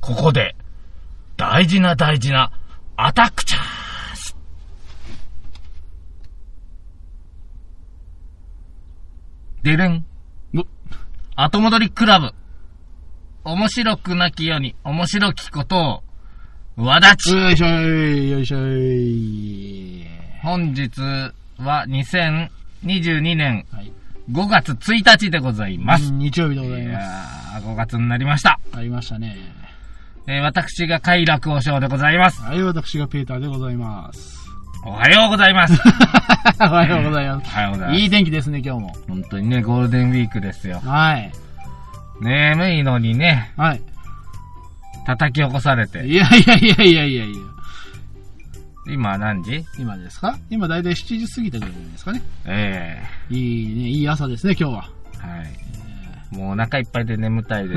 ここで、大事な大事な、アタックチャンスでれん。う後戻りクラブ。面白くなきように、面白きことを、わだち。よいしょい、よいしょい。本日は2022年はい。 5月1日でございます。日曜日でございいまやー、5月になりました。す。ありましたね。えー私が快楽和尚でございます。はい、私がペーターでございます。おはようございます。 おはようございおま。はようございますす。いい天気ですね、今日も。本当にね、ゴールデンウィークですよ。はい。眠いのにね、はい。叩き起こされて。いやいやいやいやいやいや。今何時今ですか今だいたい7時過ぎたぐらいじゃないですかね。えいいね、いい朝ですね、今 日は。えはい。もうお腹いっぱいで眠たいで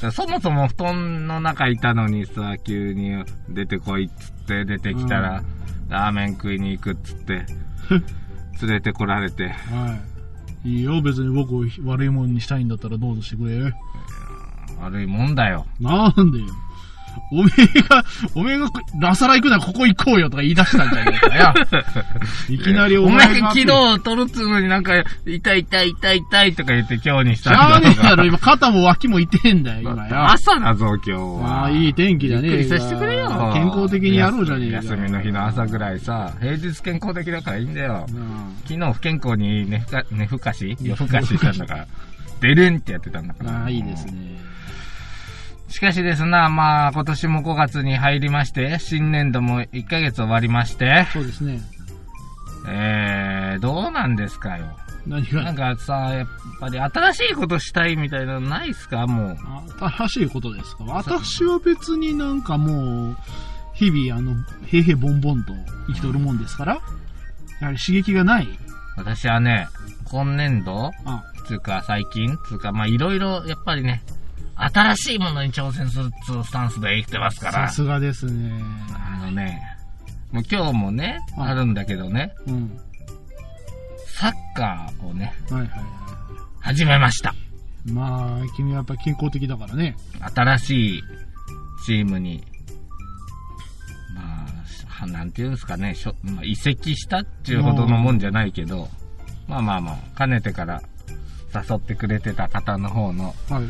す。そもそも布団の中いたのにさ、急に出てこいっつって出てきたら、ラーメン食いに行くっつ って、連れてこられて、はい。いいよ、別に僕を悪いもんにしたいんだったらどうぞしてくれ。悪いもん だよ。なんでよ。おめえが、おめえが、ラサラ行くならここ行こうよとか言い出したんじゃねえかよ。いきなりおお前前昨が。日取るっつうのになんか、痛い痛い痛い痛いとか言って今日にししゃたあんねだえだろ、今肩も脇も痛えんだよ、今よ。朝だぞ、今日は。ああ、いい天気だね。ゆっくりさせてくれよ。健康的にやろうじゃねえか。休みの日の朝ぐらいさ、平日健康的だからいいんだよ。うん。昨日不健康に寝ふか、寝ふかし夜ふかししたんだ から。でるんってやってたんだから。ああ、いいですね。しかしですな、まあ、今年も5月に入りまして、新年度も1ヶ月終わりまして、そうですね。えー、どうなんですかよ。何なんが、かさ、やっぱり新しいことしたいみたいなのないっすかもう。新しいことですか私は別になんかもう、日々、あの、平々ボンボンと生きとるもんですから、やはり刺激がない。私はね、今年度あつうか最近つうか、まあいろいろ、やっぱりね、新しいものに挑戦するっつうスタンスで生きてますかさら。すがですね。あのね、もう今日もね、うんあるんだけどね、うん。サッカーをね、はいはいは始めました。い。まあ、君はやっぱ健康的だからね。新しいチームに、まあは、なんていうんですかね、しょまあ、移籍したっていうほどのもんじゃないけど、まあまあまあ、かねてから誘ってくれてた方の方のはい。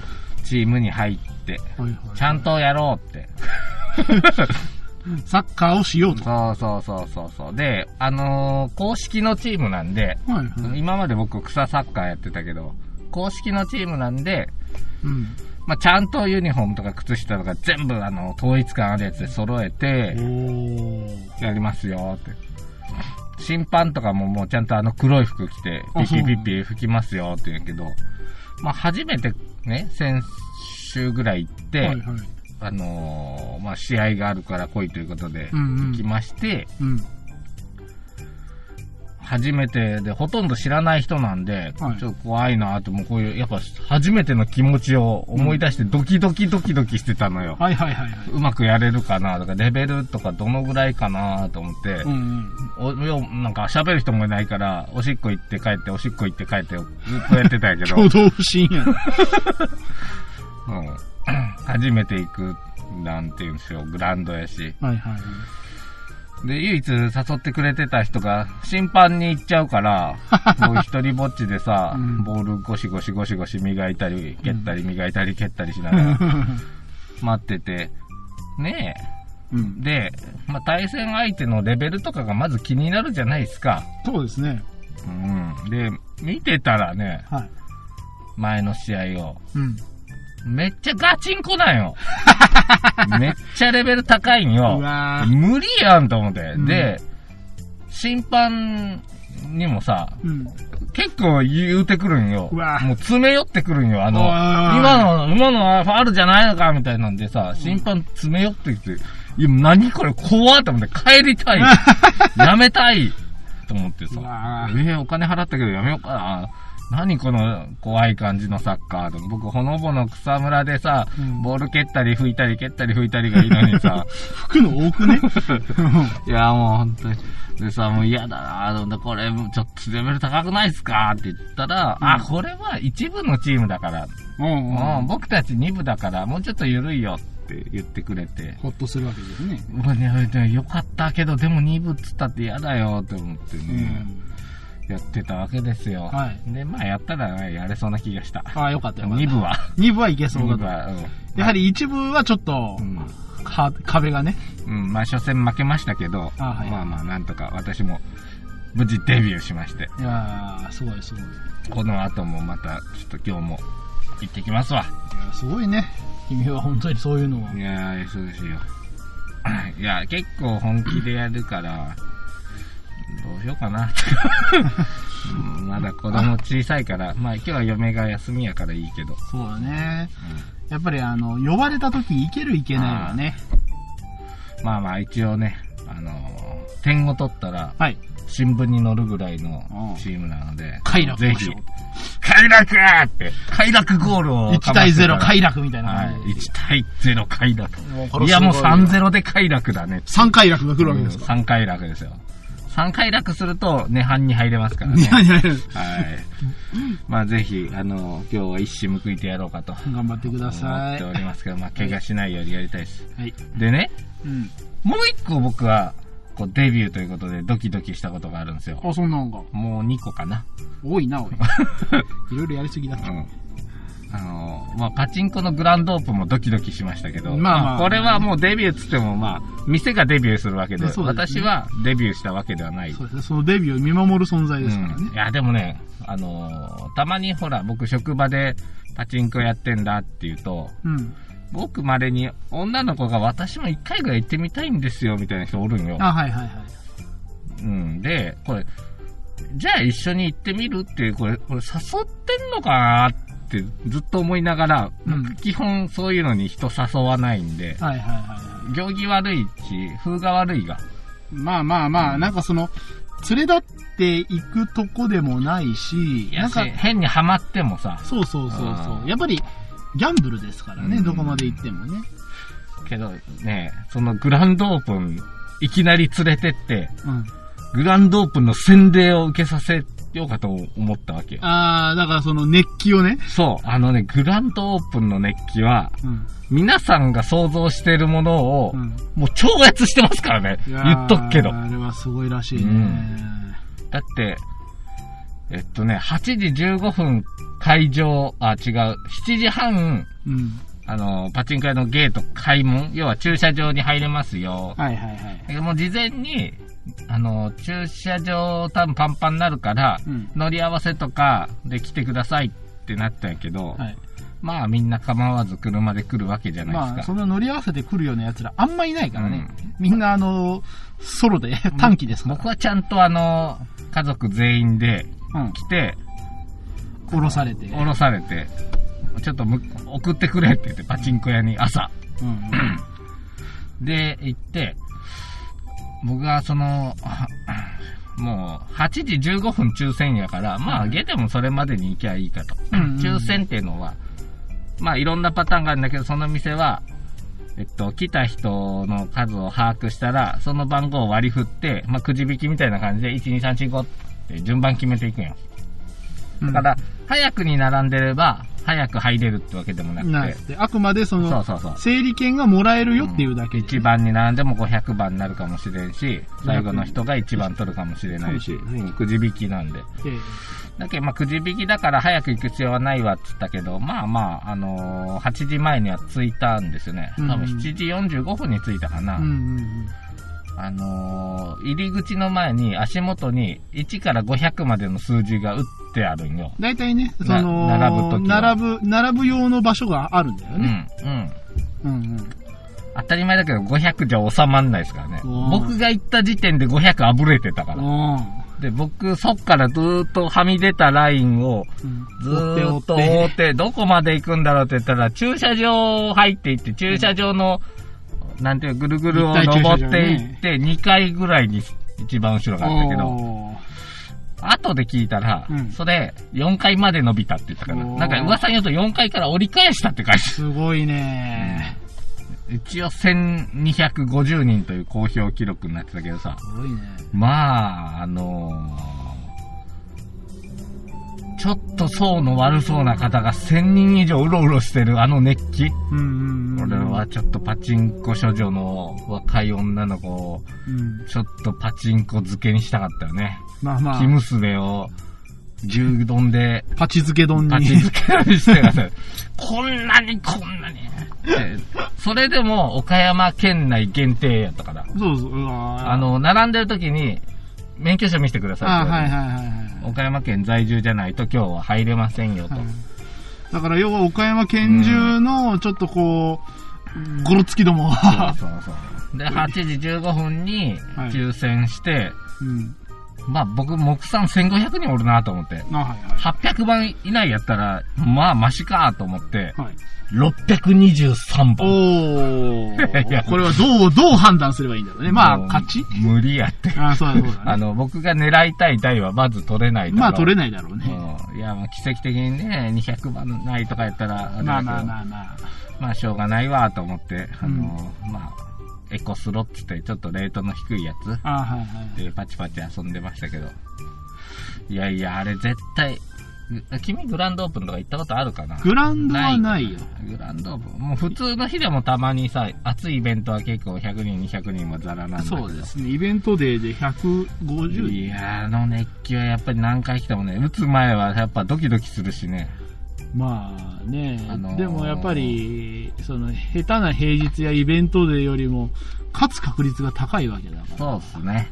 チームに入って、はいはい。ちゃんとやろうって。サッカーをしようと。そうそうそうそうそう。で、あのー公式のチームなんで、はいはい。今まで僕草サッカーやってたけど、公式のチームなんで、うん。まあ、ちゃんとユニフォームとか靴下とか全部あの、統一感あるやつで揃えて、おー。やりますよって。審判とかももうちゃんとあの黒い服着て、あピッピそうッピッピッ吹きますよって言うんやけど、まあ初めてね、先週ぐらい行って、はいはい。あのーまあ試合があるから来いということで、うんうん行きまして、うん。初めてで、ほとんど知らない人なんで、はいちょっと怖いなって、もうこういう、やっぱ初めての気持ちを思い出してドキドキドキドキしてたのよ。。はいはいはいはいうまくやれるかなとか、レベルとかどのぐらいかなと思って、うんうん。およなんか喋る人もいないから、おしっこ行って帰って、おしっこ行って帰って、ずっとやってた んやけど、挙動不審やな。うん、 初めて行く、なんていうんですよ、グラウンドやし。はいはい。で、唯一誘ってくれてた人が、審判に行っちゃう から、もう一人ぼっちでさ、うんボールゴシゴシゴシゴシ磨いたり、蹴ったり磨いたり蹴ったりしながら待ってて、ねうんえ。。で、まあ、対戦相手のレベルとかがまず気になるじゃないですか。そうですね。うん。で、見てたらね、はい。前の試合を。うん。めっちゃガチンコなん よ。めっちゃレベル高いんうよ。わ無理やんと思って。んで、審判にもさ、ー。うん。結構言うてくるんよ。うわもう詰め寄ってくるんよ。あの、うわ今の、今のはファールじゃないのかみたいなんでさ、審判詰め寄ってきて、いや、何これ怖っと思って帰り たい。やめたいと思ってうさ。わえーお金払ったけどやめようかな。何この怖い感じのサッカーでも僕、ほのぼの草むらでさ、うんボール蹴ったり拭いたり蹴ったり拭いたりがいいのにさ、服の多く ね。いや、もう本当に。でさ、もう嫌だなと思って、これ、ちょっとレベル高くないっすかって言ったら、うんあ、これは一部のチームだから、うんうんうん、僕たち二部だから、もうちょっと緩いよって言ってくれて。ほっとするわけですね。まあね、でよかったけど、でも2部っつったって嫌だよって思ってね、やってたわけですよ。はいで、まあやったらね、やれそうな気がした。ああ、よかったよかった。 2部は。二部はいけそう2だ部と。は、うん。やはり一部はちょっとう、ん。か壁がね。うん、まあ初戦負けましたけど、あはいまあまあなんとか私も無事デビューしまして、いやー、すごいすごい。いこの後もまた、ちょっと今日も行ってきますわ。やーすごいね。君は本当にそういうのを。いやー、そうですよ。 いや、結構本気でやるから、どうしようか な。うんまだ子供小さいから、まあ今日は嫁が休みやからいいけど。そうだね。やっぱりあの、呼ばれた時いけるいけないはね。まあまあ一応ね、あのー点を取ったらはい。新聞に載るぐらいのうんチームなので、快楽ぜでひしょ。、快楽って、快楽ゴールを1対0楽。快楽みたいなはい感、じで。 1対0快楽。これいやもうすごいよ3-0で快楽だね。 3快楽が来るわけですか。うん、3快楽ですよ。3快楽すると、涅槃に入れますからいやね。いやいや。はい。まあぜひ、あの、今日は一矢報いてやろうかと頑張ってくだ思さっい。ておはりますけど、まあ怪我しないようにやりたいです。い。でね、うん。もう一個僕は、こうデビューということでドキドキしたことがあるんですよ。あ、そんなんが。もう2個かな。多いな、おい。いろいろやりすぎだ。うん。あの、まあパチンコのグランドオープンもドキドキしましたけど、まあまあこれはもうデビューっつっても、まあ、店がデビューするわけで、そうです私ねはデビューしたわけではないそうですね。そのデビューを見守る存在ですからうん、ねい。や、でもね、あのーたまにほら、僕職場でパチンコやってんだって言うと、うん。僕まれに女の子が私も一回ぐらい行ってみたいんですよ、みたいな人おるんよ。あ、はいはいはい。うん。で、これ、じゃあ一緒に行ってみるっていう、これ、これ誘ってんのかなってずっと思いながら、うん僕基本そういうのに人誘わないんで、はいはいはいは行儀悪いし、風が悪いが。い。まあまあまあ、なんかその、連れ立っていくとこでもないし、やなんしか、変にはまってもさ、そうそうそうあそーう。やっぱり、ギャンブルですからうね、んどこまで行ってもね。けどね、そのグランドオープン、いきなり連れてって、うん。グランドオープンの洗礼を受けさせようかと思ったわけよ。あー、だからその熱気をね。そう、あのね、グランドオープンの熱気は、うん。皆さんが想像しているものを、うん。もう超越してますからね。い言やーっとくけど。あれはすごいらしいね。うんだって、えっとね、8時15分会場、あ、違う、7時半、うん。あの、パチンコ屋のゲート開門、要は駐車場に入れますよ。はいはいはい。えもう事前に、あの、駐車場多分パンパンになるから、うん。乗り合わせとかで来てくださいってなったんやけど、はい。まあみんな構わず車で来るわけじゃないまであ、すか。その乗り合わせて来るような奴らあんまいないからね。みんなあの、ソロで短期ですから。僕はちゃんとあの、家族全員でうん。来て、降ろされて。降ろされて、ちょっとむ送ってくれって言って、パチンコ屋に朝。うん。で、行って、僕はその、あもう、8時15分抽選やから、まあ、ゲでもそれまでに行きゃいいかと。うんうんうん抽選っていうのは、まあ、いろんなパターンがあるんだけど、その店は、えっと、来た人の数を把握したら、その番号を割り振って、まあ、くじ引きみたいな感じで、1、2、3、4、5って順番決めていくんよ。だから、早くに並んでれば、早く入れるってわけでもななくんて。であくまでそそうの、そうそう。整理券がもらえるよっていうだけで。 1番に並んでも500番になるかもしれんし、最後の人が1番取るかもしれないし、かもしれないくじ引きなんで。ええだけど、まあ、くじ引きだから早く行く必要はないわって言ったけど、まあまあ、あのー8時前には着いたんですよね。多うん分7時45分に着いたかな。うんうんうん。あのー入り口の前に足元に1から500までの数字が打ってあるんよ。大体ね、そなの、並ぶ時は並ぶ、並ぶ用の場所があるんだようん、うね。ん。うんうん。当たり前だけど500じゃ収まんないですからねう。ん僕が行った時点で500あぶれてたから。で、僕、そっからずーっとはみ出たラインを、うんずーっと追っ。て、どこまで行くんだろうって言ったら、駐車場入っていって、駐車場の、なんていうかぐるぐるを立体駐車場登っていねって、2回ぐらいに一番後ろがあったけど、おー後で聞いたら、うんそれ、4回まで伸びたって言ったかな。おーなんか噂によると4回から折り返したって書いてすごいね。た。一応1250人という公表記録になってたけどさ。すごいね。まあ、あのーちょっと層の悪そうな方が1000人以上うろうろしてるあの熱気。うんうんうん。俺は、ちょっとパチンコ処女の若い女の子を、うん。ちょっとパチンコ漬けにしたかったよね。まあま生あ、娘を牛丼でパチ漬け丼パにチ。漬けにしてください。 こんなにこんなに。でそれでも岡山県内限定やったから。 そうそう、うわーあ、の、並んでる時に免許証見せてくださいあって言わはれいて。はいはいはい。岡山県在住じゃないと今日は入れませんよと。はいだから要は岡山県中の、ちょっとこう、ゴロつきどもは、そうそうそう。で、8時15分にはい抽選して、うん。まあ僕、目算1500人おるなと思って。あ、はいは800番以内やったら、まあマシかと思って、い。はい。 623お番。 いやー。これはどう、どう判断すればいいんだろうね。まあ、もう勝ち 無理やって。あーそうだそうだあね。の、僕が狙いたい台はまず取れないだろうまあ、取れないだろうね。うんいや、まあ奇跡的にね、200番ないとかやったら、れだけどまあまあまあまあ。まあしょうがないわと思って、あの、まあ、エコスロっつって、ちょっとレートの低いやつあーはいはい。で、パチパチ遊んでましたけど。いやいや、あれ絶対、ぐ君グランドオープンとか行ったことあるかなグランドはないよ。グランドオープン。もう普通の日でもたまにさ、暑いイベントは結構100人、200人はザラなんだけど。そうですね。イベントデーで150いやー、あの熱気はやっぱり何回来てもね、打つ前はやっぱドキドキするしね。まあね、あのーでもやっぱり、その、下手な平日やイベントでよりも、勝つ確率が高いわけだから。そうっすね。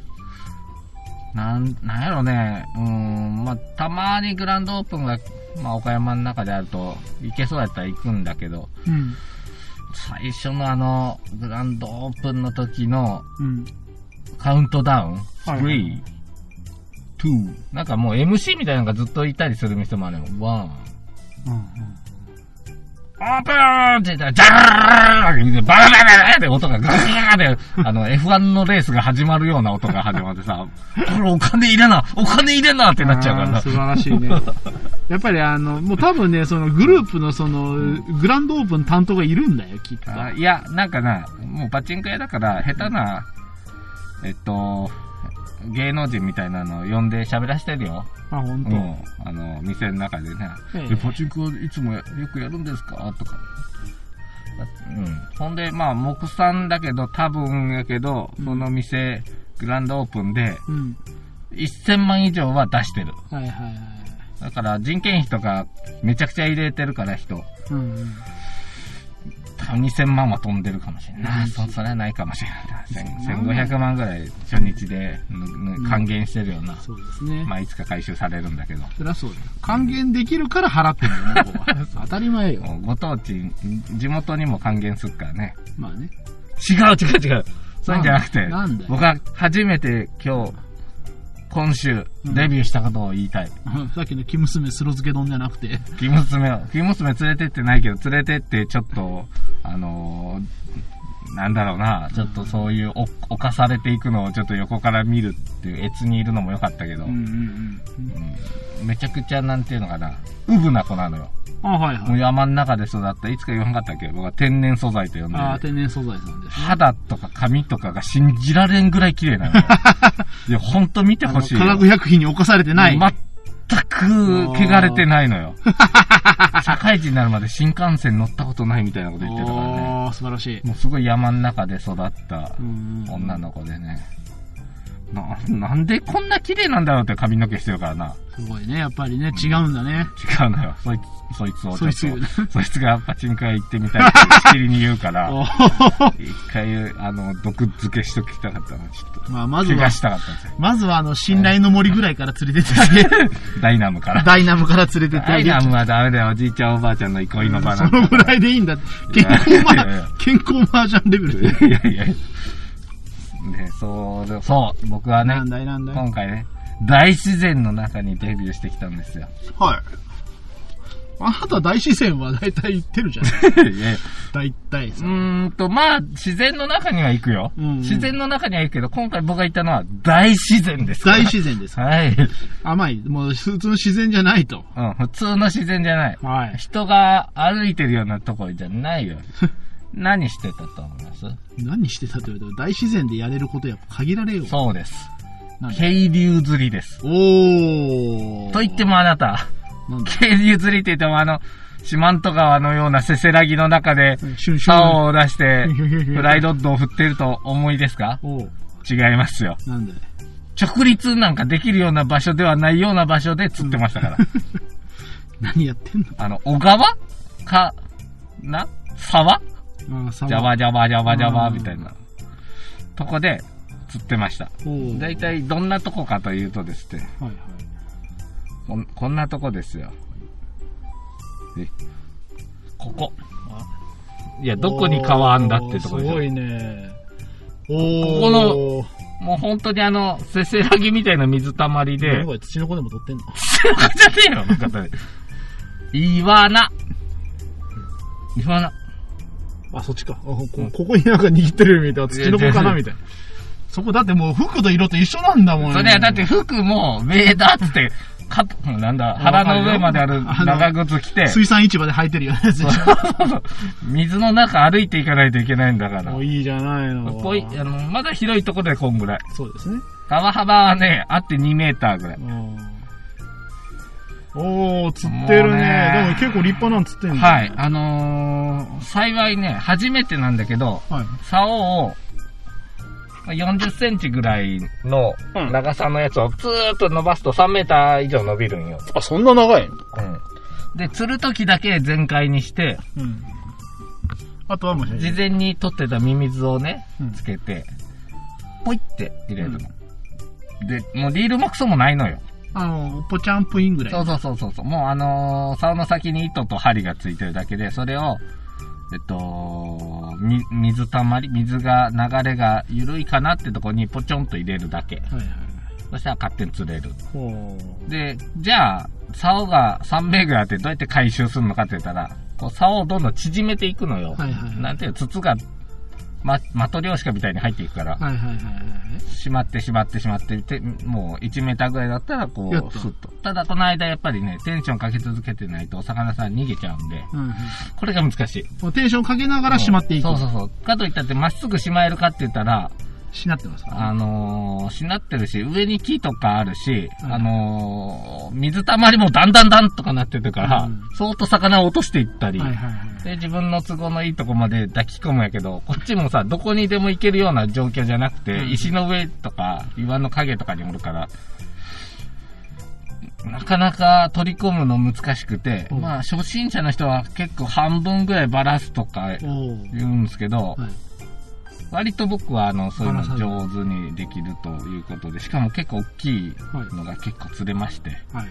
なん、なんやろね、うーん、まあ、たまにグランドオープンが、まあ、岡山の中であると、行けそうやったら行くんだけど、うん。最初のあの、グランドオープンの時のうん。カウントダウン、はいはいはい3、2、なんかもう MC みたいなのがずっといたりする店もあるよ。ワン、オープンって言ったら、ジャーって、バラバラバラって音がガーって、あの、F1 のレースが始まるような音が始まってさ、これお金入れな、お金入れなってなっちゃうからあーな。素晴らし いね。やっぱりあの、もう多分ね、そのグループのその、グランドオープン担当がいるんだよ、きっと。あいや、なんかな、もうパチンコ屋だから、下手な、えっと、芸能人みたいなのを呼んで喋らせてるよ。あ、本う当。ん。あの、店の中でね。えええ、パチンコいつもよくやるんですかとか。うん。ほんで、まあ、木産だけど、多分やけど、その店、グランドオープンで、うん。 1000万以上は出してる。はいはいはい。だから、人件費とか、めちゃくちゃ入れてるから、人。うんうん。多分2000万は飛んでるかもしれない。うんそ、それはないかもしれないな。 2000万千1500万ぐらい、初日で、ぬぬ還元してるような。そうですね。まあ、いつか回収されるんだけど。そりゃそうだよ。還元できるから払ってんだよね、ここは 当たり前よ。もうご当地、地元にも還元するからね。まあね。 違う違う違う。そういうんじゃなくて、なんだよ僕は初めて今日、今週、うんデビューしたことを言いたい。うんさっきの生娘スロ漬け丼じゃなくて。木娘を、木娘連れてってないけど、連れてってちょっと、あのーなんだろうな、ちょっとそういう、お、犯されていくのをちょっと横から見るっていう、越にいるのも良かったけど、んうん。うんめちゃくちゃなんていうのかな、ウブな子なのよ。あ、はいはいもう。山の中で育った、いつか言わなかったっけど、僕は天然素材と呼んでるああ、天然素材さんです。肌とか髪とかが信じられんぐらい綺麗なの よ。いや、ほんと見てあほのしい化よ。学薬品に侵されてない。全く汚れてないのよ。 社会人になるまで新幹線乗ったことないみたいなこと言ってたからね。おー素晴らしい。もうすごい山の中で育ったうんうん女の子でね。な、なんでこんな綺麗なんだろうって髪の毛してるからな。すごいね、やっぱりね、違うんだね。違うのよ。そいつ、そいつをちょっそいと。つそいつがパチンコ屋行ってみたいってしきりに言うから、 おー一回、あの、毒付けしときたかったな、ちょっと。まあ、まず怪は我、したかったんですよ。まずはあの、信頼の森ぐらいから連れてってあげる。ダイナムから。 ダイナムから連れてってダあイげるナ。ムはダメだよ、おじいちゃんおばあちゃんの憩いの場そなんだのぐらいでいいんだ。健康マいやいやいやー、健康マージャンレベルで。いやいやいや。ね、そうで、そう、僕はねな、んだいなんだい。 今回ね、大自然の中にデビューしてきたんですよ。はい。あなた大自然は大体行ってるじゃん。 いや大体うさ。ーんと、まあ、自然の中には行くよ。うんうん自然の中には行くけど、今回僕が行ったのは大自然ですから。大自然です。はい。甘い。もう普通の自然じゃないと。うん、普通の自然じゃない。はい。人が歩いてるようなところじゃない よ。何してたと思います何してたというと、大自然でやれることやっぱ限られよ。そうです。なんだ渓流釣りです。おー。と言ってもあなた、 なんだ渓流釣りって言ってもあの、四万十川のようなせせらぎの中で、シュンシュン。竿を出 して、フライドッドを振ってると思いですかおー。違いますよ。なんで直立なんかできるような場所ではないような場所で釣ってました から。何やってんのあの、小川か、な沢ああ、サジャバジャバジャバジャバみたいな。とこで釣ってました。おー。大体どんなとこかというとですね、はいはい。こんこんなとこですよ。えここ。いや、どこに川あんだってとこおーですごしいょ。ね。おここもう本当にあの、せせらぎみたいな水たまりで、これ土の子でも取ってんの背中じゃねえよ、なんか誰。イワナ。イワナ。あ、そっちか。あこここになんか握ってるみたいな。土の子かなみたいな。そこだってもう服と色と一緒なんだもんそれはだって服も、メーダーっつって、か、なんだ、腹の上まである長靴着て、水産市場で履いてるよね。水の中歩いていかないといけないんだから。 もういいじゃないの。こういあの、まだ広いところでこんぐらい。そうですね。川幅はね、あって2メーターぐらい。おー、釣ってるもうねね。でも結構立派なん釣ってんの。はい。。あのー、幸いね、初めてなんだけど、はい。竿を、40センチぐらいのうん長さのやつをずーっと伸ばすと3メーター以上伸びるんよ。あ、そんな長いで、釣るときだけ全開にして、うん。あとはもう、事前に取ってたミミズをねうん、つけて、ポイって入れるの。で、もうリールもクソもないのよ。あの、ぽちゃんぷいんぐらい。そうそうそうそうそう。もうあのー竿の先に糸と針がついてるだけで、それを、えっと、み水たまり、水が、流れが緩いかなってとこにポチョンと入れるだけ。はいはい。そしたら勝手に釣れる。ほで、じゃあ、竿が3名ぐらいあってどうやって回収するのかって言ったら、こう竿をどんどん縮めていくのよ。はいはいなんていうの筒が、ま、マトリョーシカみたいに入っていくから、はいはいはいはい。しまってしまってしまってて、もう1メーターぐらいだったら、こやっう、たスッと。ただこの間やっぱりね、テンションかけ続けてないとお魚さん逃げちゃうんで、うんうんこれが難しい。もうテンションかけながらしまっていく。そうそうそう。かといったってまっすぐしまえるかって言ったら、しなってますからあのー、しなってるし、上に木とかあるし、うんあのー、水たまりもだんだんだんとかなってるから、うんそーっと魚を落としていったり、はいはいはい。で、自分の都合のいいとこまで抱き込むんやけど、こっちもさ、どこにでも行けるような状況じゃなくて、うん石の上とか、岩の影とかにおるから、なかなか取り込むの難しくて、うんまあ、初心者の人は結構半分ぐらいバラすとかお言うんですけど、ーはい。割と僕はあのそういうバラさのず上手にできるということでしかも結構大きいのが結構釣れまして、はい。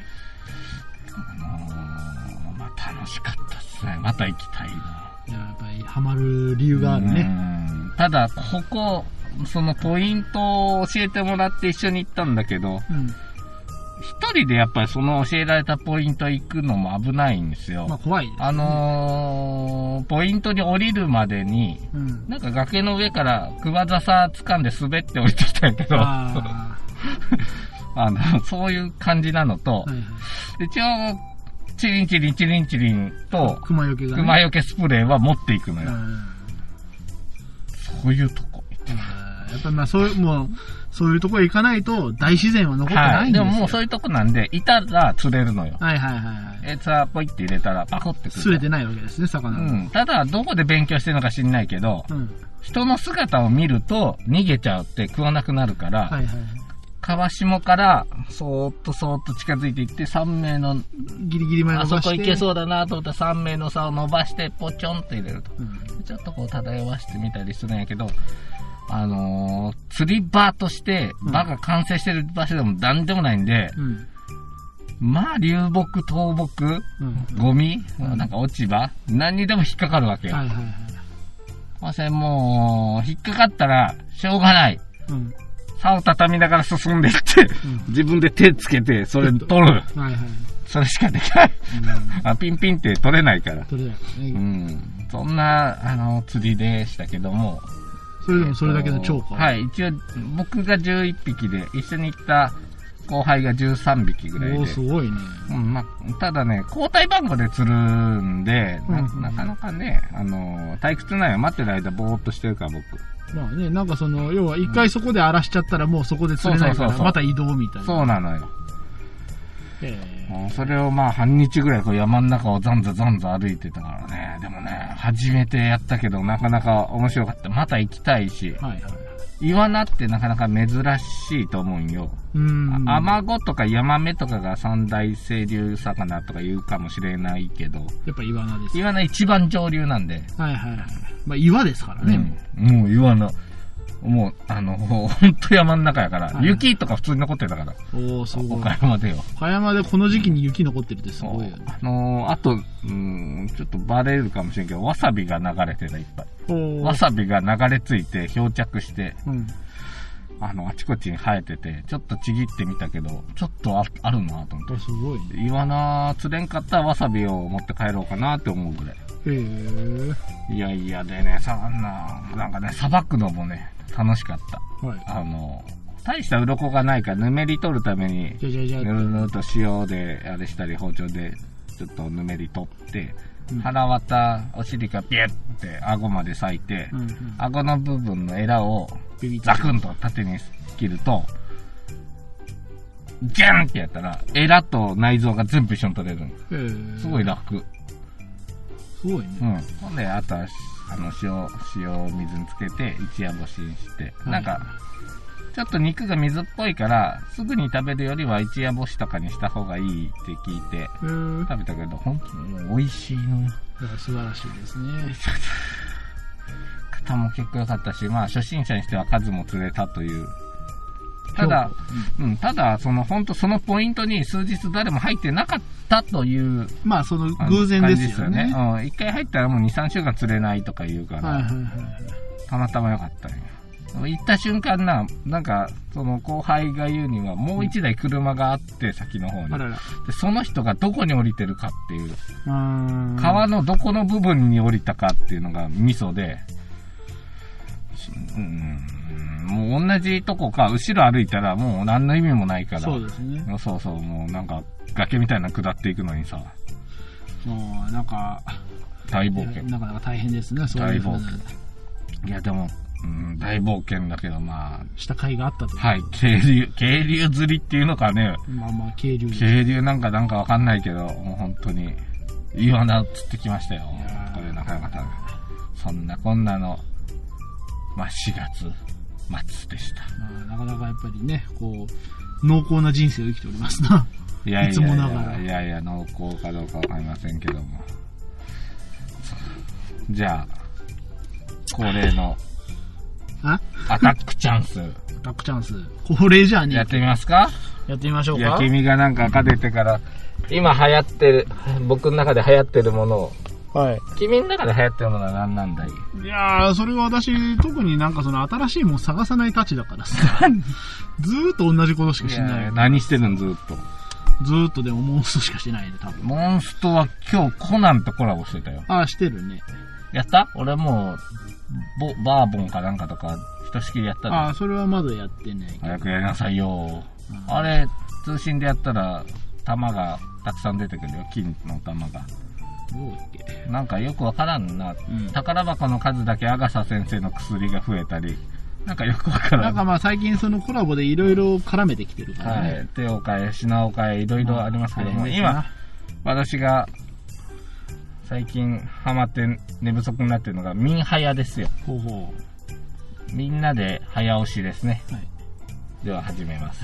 あのーまあ、楽しかったですねまた行きたいないや、やっぱりハマる理由があるね。うんただここそのポイントを教えてもらって一緒に行ったんだけどうん。一人でやっぱりその教えられたポイント行くのも危ないんですよ、まあ怖いです。あのーポイントに降りるまでにうん。なんか崖の上から熊笹掴んで滑って降りてきたんやけどあ あの、そういう感じなのとあ。は、いはい。一応、チリンチリンチリンチリンと、熊よけがね。熊よけスプレーは持っていくのうんよ。そういうとこ。あーやっぱりまあそういう、もう、そういうとこへ行かないと大自然は残ってなはいい。んですでよ。ももうそういうとこなんで、いたら釣れるのよ。はいはいはいはい。え、さ、ポイって入れたら、パコってくる。すれてないわけですね、う魚が。ん。ただ、どこで勉強してるのか知んないけど、うん。人の姿を見ると、逃げちゃうって食わなくなるから、はいはい。川下から、そーっとそーっと近づいていって、3名の、ギリギリまであ伸そばして。こ行けそうだなと思ったら3名の差を伸ばして、ポチョンって入れると。うん。ちょっとこう漂わしてみたりするんやけど、あのー釣り場として、うん場が完成してる場所でも何でもないんで、うん。まあ流木、倒木、うん。ゴミ、うんなんか落ち葉、何にでも引っかかるわけよ。はいはいはい。まさにもう、引っかかったら、しょうがない。うん。竿を畳みながら進んでいって、うん自分で手つけて、それ取る。はいはい。それしかできない。あピンピンって取れないから。それだよね、うん。そんな、あの、釣りでしたけども。それでもそれだけの超過、はい、一応、僕が11匹で、一緒に行った後輩が13匹ぐらいおおで。すごいねうんまあ、ただね、交代番号で釣るんで、なうんうんなかなかね、あの、退屈なのよ。待ってる間、ぼーっとしてるから、僕。まあねなんかその要は一回そこで荒らしちゃったらもうそこで釣れないかそうそうそうそらうまた移動みたいなそうなのよ。えうんそれをまあ、半日ぐらい、こう、山の中をざんざざんざ歩いてたからね。でもね、初めてやったけど、なかなか面白かった。また行きたいしえ、はいはいイワナってなかなか珍しいと思うんよ。うーんアやマゴとかヤマメとかが三大清流魚とか言うかもしれないけど、っぱイワナですイワナ一番上流なんで。はいはいはいまあ岩ですからね、うんもうイワナ。もう、あの、ほんと山の中やから、はい雪とか普通に残ってたから、おおすごい岡山でよ。岡山でこの時期に雪残ってるってすごいよねあのーあと、うん、ちょっとバレるかもしれんけど、わさびが流れてた、いっぱい。おーわさびが流れ着いて、漂着して、うんあの、あちこちに生えてて、ちょっとちぎってみたけど、ちょっとああるなと思ってお。すごいねイワナ釣れんかったらわさびを持って帰ろうかなって思うぐらい。へえいやいやでね、さあんな、なんかね、さばくのもね、楽しかった。はいあの、大した鱗がないから、ぬめり取るために、じゃじゃじゃぬるぬると塩で、あれしたり、包丁で、ちょっとぬめり取って、腹渡、お尻がビュッて、顎まで裂いて、うんうん顎の部分のエラを、ビビッとザクンと縦に切ると、ギャンってやったら、エラと内臓が全部一緒に取れるのへーすごい楽。すごいねうん。ほんで、あとは、あの、塩、塩を水につけて、一夜干しにして、はいなんか、ちょっと肉が水っぽいから、すぐに食べるよりは一夜干しとかにした方がいいって聞いて、へー食べたけど、本当にもう美味しいのよ。いや素晴らしいですね方も結構良かったし、まあ、初心者にしては数も釣れたという。ただ、うん、ただ、その、本当そのポイントに数日誰も入ってなかったという、まあそのあの偶然ですよ感じね。うん、一回入ったらもう2、3週間釣れないとか言うから、はいはいはい。たまたま良かったんよ行った瞬間な、なんか、その後輩が言うには、もう一台車があって、先の方にあらら。で。その人がどこに降りてるかっていう、うーん川のどこの部分に降りたかっていうのがミソで、うん、もう同じとこか、後ろ歩いたらもう何の意味もないから、そうですね。そうそう、もうなんか崖みたいなの下っていくのにさ、もうなんか、大冒険。なかなか大変ですね、そういうふう大に冒いやでも、うん、大冒険だけど、まあ、した甲斐があったと。はい、渓流、渓流釣りっていうのかね、まあまあ、渓流です渓流なんかなんかわかんないけど、もう本当に、イワナ釣ってきましたよ。これなかなかそんなこんなの、まあ、4月末でした。まあなかなかやっぱりね、こう、濃厚な人生を生きておりますな。いやいやいやいつもながらいやいや、濃厚かどうかわかりませんけども。じゃあ、恒例のあアタックチャンス、アタックチャンス。これじゃあね、やってみますかやってみましょういや、か。君がなんか赤出てから、今流行ってる、僕の中で流行ってるものを、はい。君の中で流行ってるものは何なんだいいやー、それは私、特になんかその新しいもの探さないたちだからさ。 ずーっと同じことしかしない。何してるのずっと。ずーっとでもモンストしかしてないね、多分。モンストは今日コナンとコラボしてたよ。ああ、してるね。やった俺もう、ボ、バーボンかなんかとか、ひとしきりやったあで。あ、それはまだやってない。早くやりなさいよ。うんあれ、通信でやったら、弾がたくさん出てくるよ。金の弾が。どうだっけなんかよくわからんな。うん宝箱の数だけアガサ先生の薬が増えたり、なんかよくわからなんん。かまあ最近そのコラボでいろいろ絡めてきてるからはね。い、手を変え、品を変え、いろいろありますけども、大変ですな今、私が最近ハマって寝不足になってるのがミンハヤですよほうほみんなで早押しですねう。はい。では始めます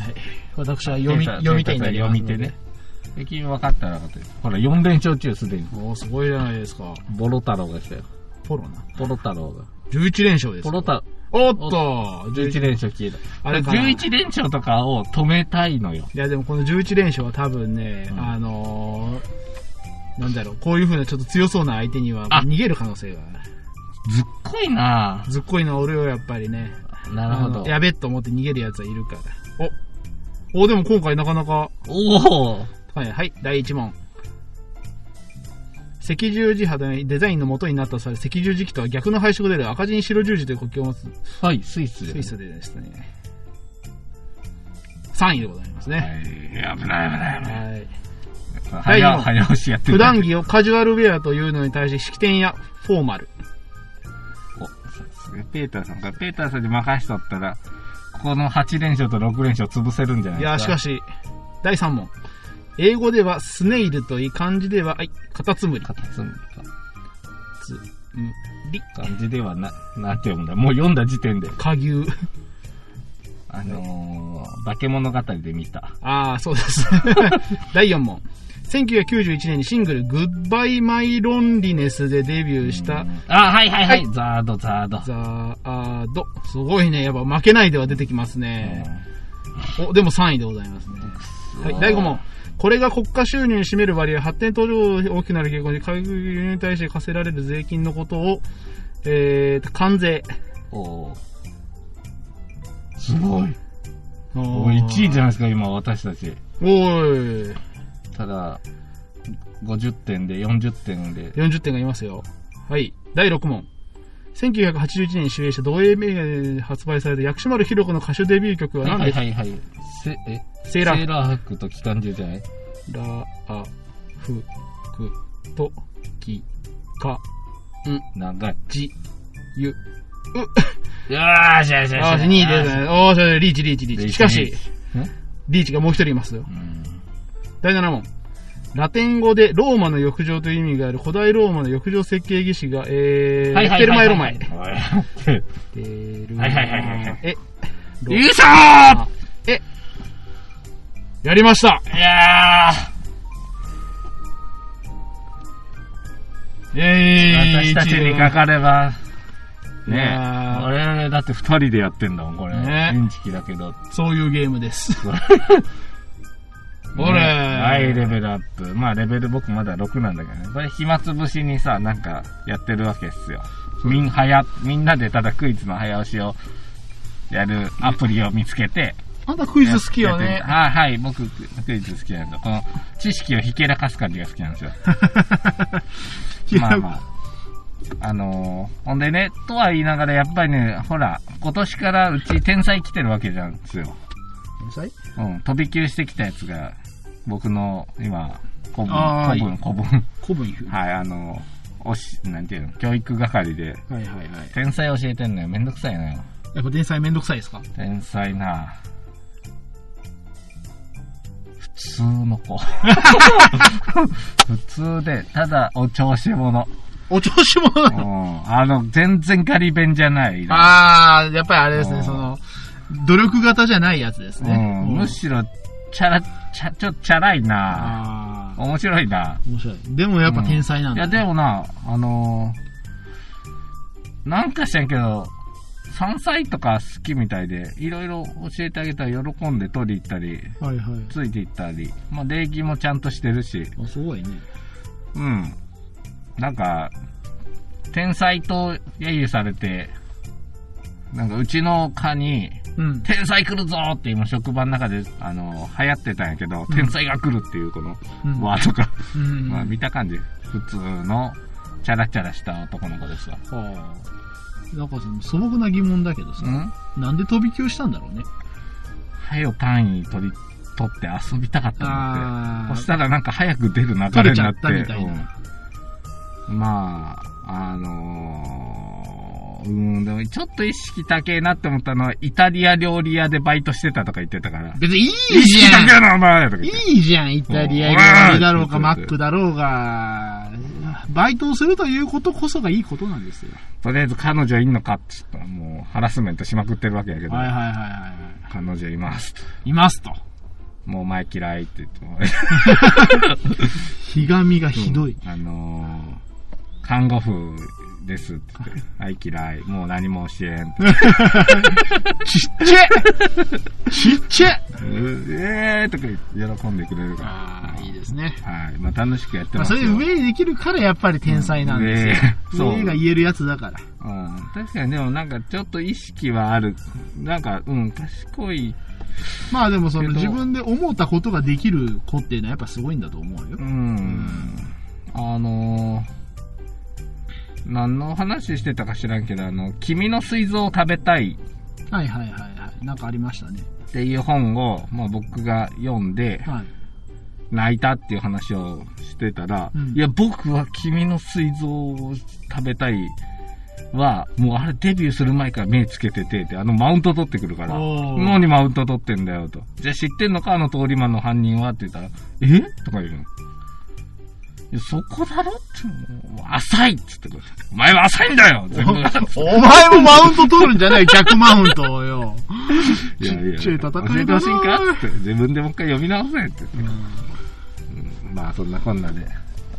私は読み、センター読み手になりますのセンタで。ーさん読み手ねで君分かったら分かってるほら4連勝中すでにおーすごいじゃないですか。ボロ太郎がしたよポロな。ポロ太郎が11連勝ですポよ。ロ太おっと11 11連勝消えたああれれかな11連勝とかを止めたいのよいやでもこの11連勝は多分ね、うんあのー、なんだろう、こういう風なちょっと強そうな相手にはあ逃げる可能性があずっこいなる。ずっこいのは俺はやっぱりね、なるほあのどやべっと思って逃げる奴はいるから。おお、でも今回なかなかおおはいはい、第1問。赤十字肌のデザインの元になったされ赤十字旗とは逆の配色である赤字に白十字という国旗を持つはい、スイススイスでしたね。3位でございますはね。い、危ない危ない危ない。はい。第四早、早押しやって 普る段着をカジュアルウェアというのに対して式典やフォーマル。おさすがペーターさんか。ペーターさんに任しとったら、ここの8連勝と6連勝潰せるんじゃないいですか。やーしかし。し、第3問。英語ではスネイルといい、漢字では、はい、カタツムリ。カタツムリか。ツムリ。漢字ではな、なんて読むんだ。もう読んだ時点で。下牛。あのー、化け物語で見た。 ああ、そうです。 第4問。1991年にシングル、グッバイ・マイ・ロンリネスでデビューした、あ、はいはいは。はいザード、ザード。ザード。すごいね。やっぱ負けないでは出てきますね。お、でも3位でございますね。はい、第5問。これが国家収入に占める割合、発展途上が大きくなる傾向に、海外輸入に対して課せられる税金のことを、えー、関税。おーすごい。おおー1位じゃないですか、今、私たち。おーい。ただ、50点で、40点で。 40点がいますよ。はい。第6問。1981年に主演した同英名で発売された薬師丸ひろ子の歌手デビュー曲は何はでいすか、はいはい。せ、えセーラセーーラー服と機関銃じゃないラアフクトキカ長い。ジユよーしよしよし。あー2位でございますおーしリーチリーチリーチしかリーしチリーチがもう一人いますようん第7問ラテン語でローマの浴場という意味がある古代ローマの浴場設計技師がえーはいエッはテいルはマいはいエロマはエいエテルはいはいはいはいはいえよいしょーえやりましたいやイェー私たちにかかれば、いねやー我々だって二人でやってんだもん、これ。ねインチキだけど。そういうゲー ムですねほれはい、レベルアップ。まあ、レベル僕まだ6なんだけどね。これ、暇つぶしにさ、なんか、やってるわけっすよ。みん、はや、みんなでただクイズの早押しを、やるアプリを見つけて。あんたクイズ好きよやっねてみたはい、はい、僕、クイズ好きなんですよ。この、知識をひけらかす感じが好きなん ですよ。まあまあ。あのー、ほんでね、とは言いながら、やっぱりね、ほら、今年からうち天才来てるわけなんですよ。うん、飛び級してきたやつが、僕の、今、古文、あー古文、 古文。古文風はい、あのー、おし、なんていうの、教育係で、はいはいはい。天才教えてんのよ。めんどくさいのよ。やっぱ天才めんどくさいですか天才な普通の子。 普通で、ただお調子者。お調子者うなのん。あの、全然ガリ弁じゃない。 あー、やっぱりあれですうね、んその、努力型じゃないやつですね。うん。むしろ、チャラ、チャ、ちょ、チャラいなあ面白いなー面白い。でもやっぱ天才なんいだ。や、でもな、あのーなんか知らんけど、山菜とか好きみたいで、いろいろ教えてあげたら喜んで取り行ったり、はいはい。ついて行ったり、まあ、礼儀もちゃんとしてるし、あすごいね。うん。なんか、天才と揶揄されて、なんかうちの課に、うん。天才来るぞって今職場の中で、あの、流行ってたんやけど、天才が来るっていうこのうんワードが、うん。まあ見た感じ、普通のチャラチャラした男の子ですわ。はあなんかその素朴な疑問だけどさう、んなんで飛び級したんだろうね。はよ単位取り、取って遊びたかったんだって。そしーたらなんか早く出る流れになって。取れちゃったみたいうんまあ、あのー、うん、でもちょっと意識高えなって思ったのは、イタリア料理屋でバイトしてたとか言ってたから。別にいい意識じゃん高えな、お前とか言って。いいじゃん、イタリア料理だろうが、マックだろうが。バイトをするということこそがいいことなんですよ。とりあえず彼女いんのかって言ったら、もうハラスメントしまくってるわけやけど、はいはいはいは彼女いますと。い。いますと。もう前嫌いって言っても。ひがみがひどい。あのー、看護婦です って言って、はい嫌い、もう何も教えんって。ちっちゃいちっちゃいうえーとか喜んでくれるから。ああ、いいですね。はい。まあ楽しくやってまあ、ますそよ。れで上にできるからやっぱり天才なんですよ。うん上 上が言えるやつだから。うん。確かにでもなんかちょっと意識はある。なんか、うん、賢いまあでもそのけど自分で思ったことができる子っていうのはやっぱすごいんだと思うよう。ん。あのー、何の話してたか知らんけど、あの、君の膵臓を食べたいはいはいはいはい。なんかありましたね。っていう本を、まあ僕が読んで、はい。泣いたっていう話をしてたら、うんいや、僕は君の膵臓を食べたいは、もうあれデビューする前から目つけてて、ってあのマウント取ってくるから、おー何マウント取ってんだよと。じゃあ知ってんのかあの通り魔の犯人はって言ったら、えとか言うの。いやそこだろって、もう浅いっつってくる。お前は浅いんだよ全部が。 お前もマウント取るんじゃない逆マウントをよ。いやいや、ちっちゃい戦いだな教えてほしいんかって。自分でもう一回読み直せって。まあそんなこんなで。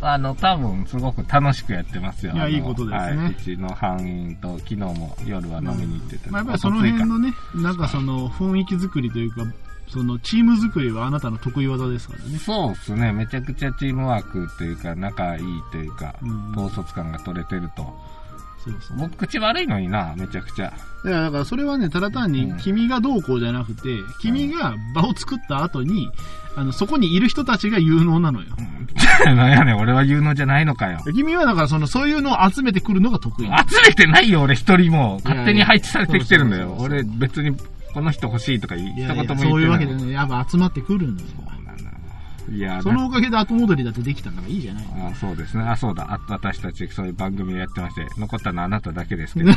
あの、多分すごく楽しくやってますよ。いやあのいいことですねはいうちの班員と昨日も夜は飲みに行ってて。まあやっぱりその辺のね、なんかその雰囲気作りというか、そのチーム作りはあなたの得意技ですからね。そうっすね。めちゃくちゃチームワークというか、仲いいというか、うん統率感が取れてると。そうそう。僕、口悪いのにな、めちゃくちゃ。 いやだからそれはね、ただ単にうん君がどうこうじゃなくて、君が場を作った後に、あの、そこにいる人たちが有能なのよ。なんやねん、俺は有能じゃないのかよ。君はだからその、そういうのを集めてくるのが得意なの集めてないよ、俺一人も。勝手に配置されてきてるんだよ。いやい俺、別に、この人欲しいとか一い言やも言っいやてない。そういうわけでね、やっぱ集まってくるのよ。そうなんだいやそなのおかげで後戻りだってできたからいいじゃない。あそうですね。あ、そうだ。あ私たち、そういう番組をやってまして、残ったのはあなただけですけど。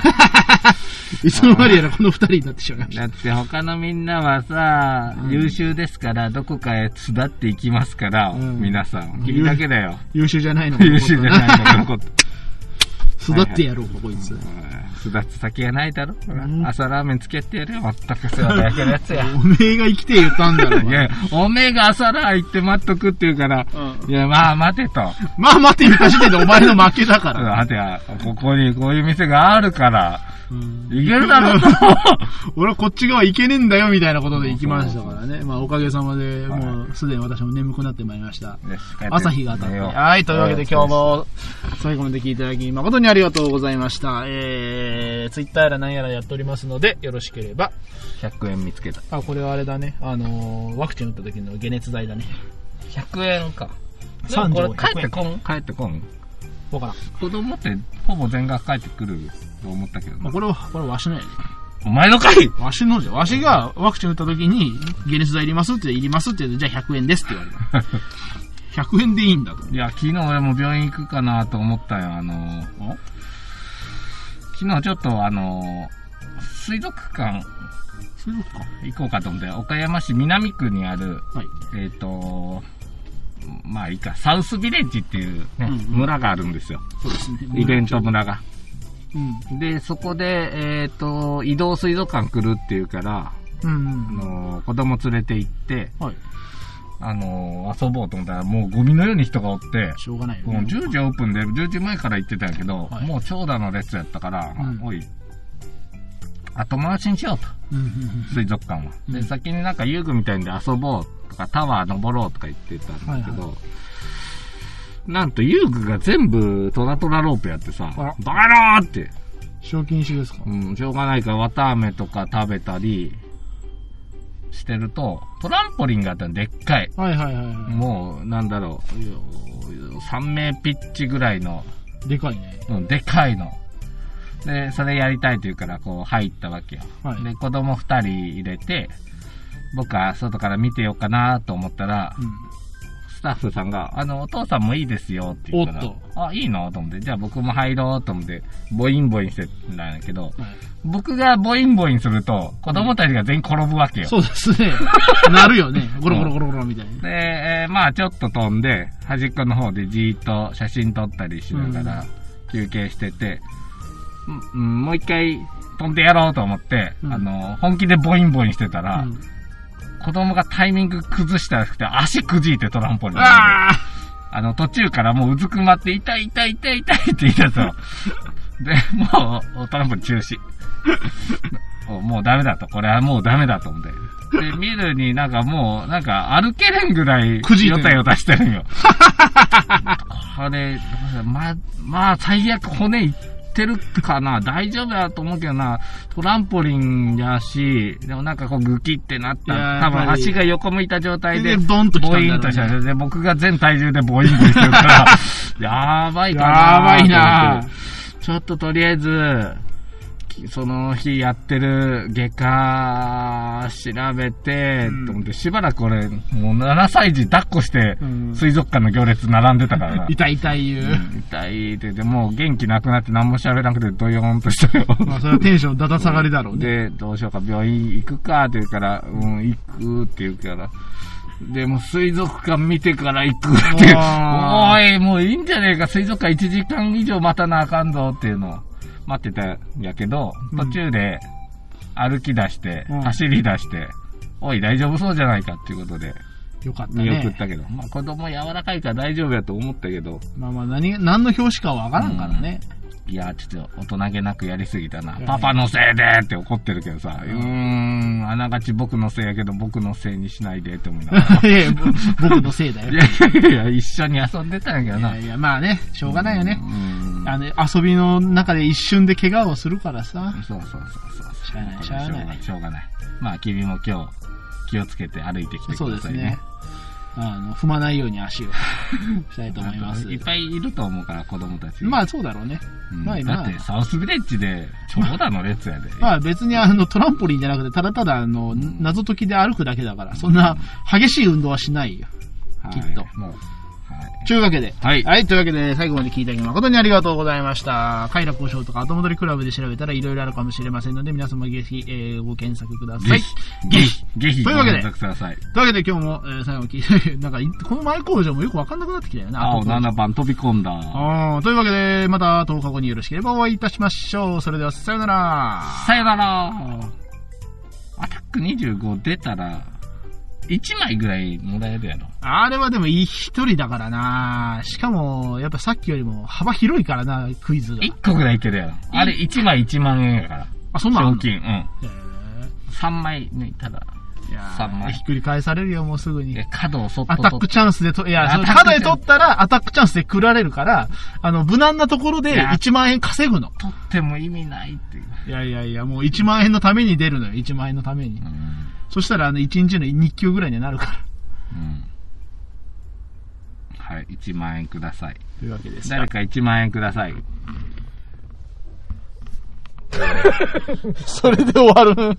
いつの間にやらこの二人になってしまいました。だって他のみんなはさ、うん優秀ですから、どこかへ巣立っていきますから、うん皆さん。君だけだよ。優秀じゃないのか優秀じゃないのが残った。 育ってやろうか、こいつ。 巣立つ先がないだろ。ほらうん朝ラーメン付き合ってやるよ。まったく世話だけのやつや。おめえが生きて言ったんだろういが。や、おめえが朝ラー行って待っとくって言うから、うんいや、まあ待てと。まあ待って言った時点でお前の負けだから。待てや、ここにこういう店があるから、うんいけるだろうと。俺はこっち側行けねえんだよみたいなことで行きましたからね。まあおかげさまで、はいもうすでに私も眠くなってまいりました。よし朝日が当たって。寝ようはい、というわけで今日も最後まで聞いていただき誠にありがとうございました。えー、ツイッターやら何やらやっておりますので、よろしければ。 100円見つけた。あ、これはあれだね。あのー、ワクチン打った時の解熱剤だね。 100円か。で三もこ条れ帰100円ってこん帰ってこんわからん。子供ってほぼ全額帰ってくると思ったけどまあな。これは、これはわしのやね。お前のかいわしのじゃ、わしがワクチン打った時に、解熱剤いりますって言っていりますって言って、じゃあ100円ですって言われ た。100円でいいんだと。いや、昨日俺も病院行くかなと思ったよ。あの、昨日ちょっとあの、水族館そういうことか。行こうかと思って、岡山市南区にある、はい。えっ、と、まあいいか、サウスビレッジっていう、ねうんうん村があるんですよ。そうですね。イベント村が。うん。で、そこで、えっ、と、移動水族館来るっていうから、うあんうん。の子供連れて行って、はい。あの遊ぼうと思ったら、もうゴミのように人がおって、しょうがないよもうね。 10時オープンで、10時前から行ってたんやけど、はいもう長蛇の列やったから、うんおい、後回しにしようと、うんうんうん水族館は。うで、ん先になんか遊具みたいんで遊ぼうとか、タワー登ろうとか言ってたんだけど、はなんと遊具が全部トラトラロープやってさ、あバらカ野郎って、賞金酒ですかうん、しょうがないから、わたあめとか食べたりしてると、トランポリンがあったの、でっかい。はいはいはいはもう、なんだろう、3名ピッチぐらいの、い。でかいね。うんでかいの。で、それやりたいというから、こう、入ったわけよ。はいで、子供2人入れて、僕は外から見てようかなと思ったら、うスタッフさんが、あの、お父さんもいいですよって言うから、おっあ、いいのと思って、じゃあ僕も入ろうと思って、ボインボインしてたんやけど、ん。はい。僕がボインボインすると、子供たちが全員転ぶわけよ。そうです ね。なるよね。ゴロゴロゴロゴロみたいな。で、えーまあちょっと飛んで、端っこの方でじーっと写真撮ったりしながら休憩してて、うんうんもう一回飛んでやろうと思って、うんあの、本気でボインボインしてたら、うん子供がタイミング崩したらしくて、足くじいてトランポリンに。あああの、途中からもううずくまって、痛い痛い痛い痛いって言い出すの。で、もう、トランプ中止。おもうダメだと。これはもうダメだと思って。で、見るになんかもう、なんか歩けれんぐらいくじい、てるよたよたしてるんよ。これ、まあ、まあ、最悪骨ってるかな大丈夫だと思うけどな、トランポリンやし、でもなんかこうグキってなっいやた。や多っぱり分足が横向いた状態で、でドンと来たんボだろうねインとしたで、僕が全体重でボインとしてる から、やばいかなやばいなと思ってちょっととりあえず、きその日やってる外科調べて、うんと思って、しばらく俺、もう7歳児抱っこしてうん、水族館の行列並んでた からな。痛い痛い言う。痛いって、でもう元気なくなって何も喋れなくてドヨーンとしたよ。まあ、それはテンションだだ下がりだろうね。で、どうしようか、病院行くかって言うから、うん、行くって言うから。でも水族館見てから行くっていう。あおい、もういいんじゃねえか、水族館1時間以上待たなあかんぞっていうのを待ってたんやけど、うん途中で歩き出して、うん走り出して、おい、大丈夫そうじゃないかっていうことで、よかった見送っね。たけど、まあ子供柔らかいから大丈夫やと思ったけど、まあまあ、何、何の表紙かはわからんからね。いや、ちょっと大人げなくやりすぎたなう。んパパのせいでって怒ってるけどさ、うーん、あながち僕のせいやけど僕のせいにしないでって思いなが ら。いやいや、ぼ僕のせいだよ。いいやいやいや、一緒に遊んでたんやけどなや。いや、まあね、しょうがないよねう。ん。あの、遊びの中で一瞬で怪我をするからさ。そうそうそうそう。しゃあないしゃあないしょうがない。まあ、君も今日、気をつけて歩いてきてそくうだでさすいね。ね。あの、踏まないように足をしたいと思いますあと。 いっぱいいると思うから、子供たち。まあ、そうだろうね。うんまあだって、サウスビレッジで、長蛇の列やで。まあ別にあのトランポリンじゃなくて、ただただあの、謎解きで歩くだけだから、そんな激しい運動はしないよ。はいきっともうはいというわけで。はいはい、というわけで、最後まで聞いていただき誠にありがとうございました。快楽交渉とか後戻りクラブで調べたらいろいろあるかもしれませんので、皆様ぜひ、えーご検索くださぜい。ひ、ぜひ、というわけでご検索ください。というわけで今日も、えー最後まで聞いて、なん かい、この前工場もよくわかんなくなってきたよね。青後工場7番飛び込んだ。あーというわけで、また10日後によろしければお会いいたしましょう。それでは、さよなら。さよなら。アタック25出たら、1枚ぐらいもらえるやろ。あれはでも一人だからなしかも、やっぱさっきよりも幅広いからな、クイズが。 1個ぐらいいけるやろ。あれ1枚1万円やから。あ、そんなんあん賞の金。うん。へ3枚抜いたら、ーいやー三枚ひっくり返されるよ、もうすぐにえ。角をそっアとタック取っチャンスでと、いや、アそタのックただで取ったら、アタックチャンスでくられるから、あの、無難なところでいや1万円稼ぐの。取っても意味ないっていう。いやいやいや、もう1万円のために出るのよ、1万円のために。うん。そしたら、あの、1日の日給ぐらいにはなるから。うん。はい、1万円ください。というわ けです。誰か1万円ください。それで終わる。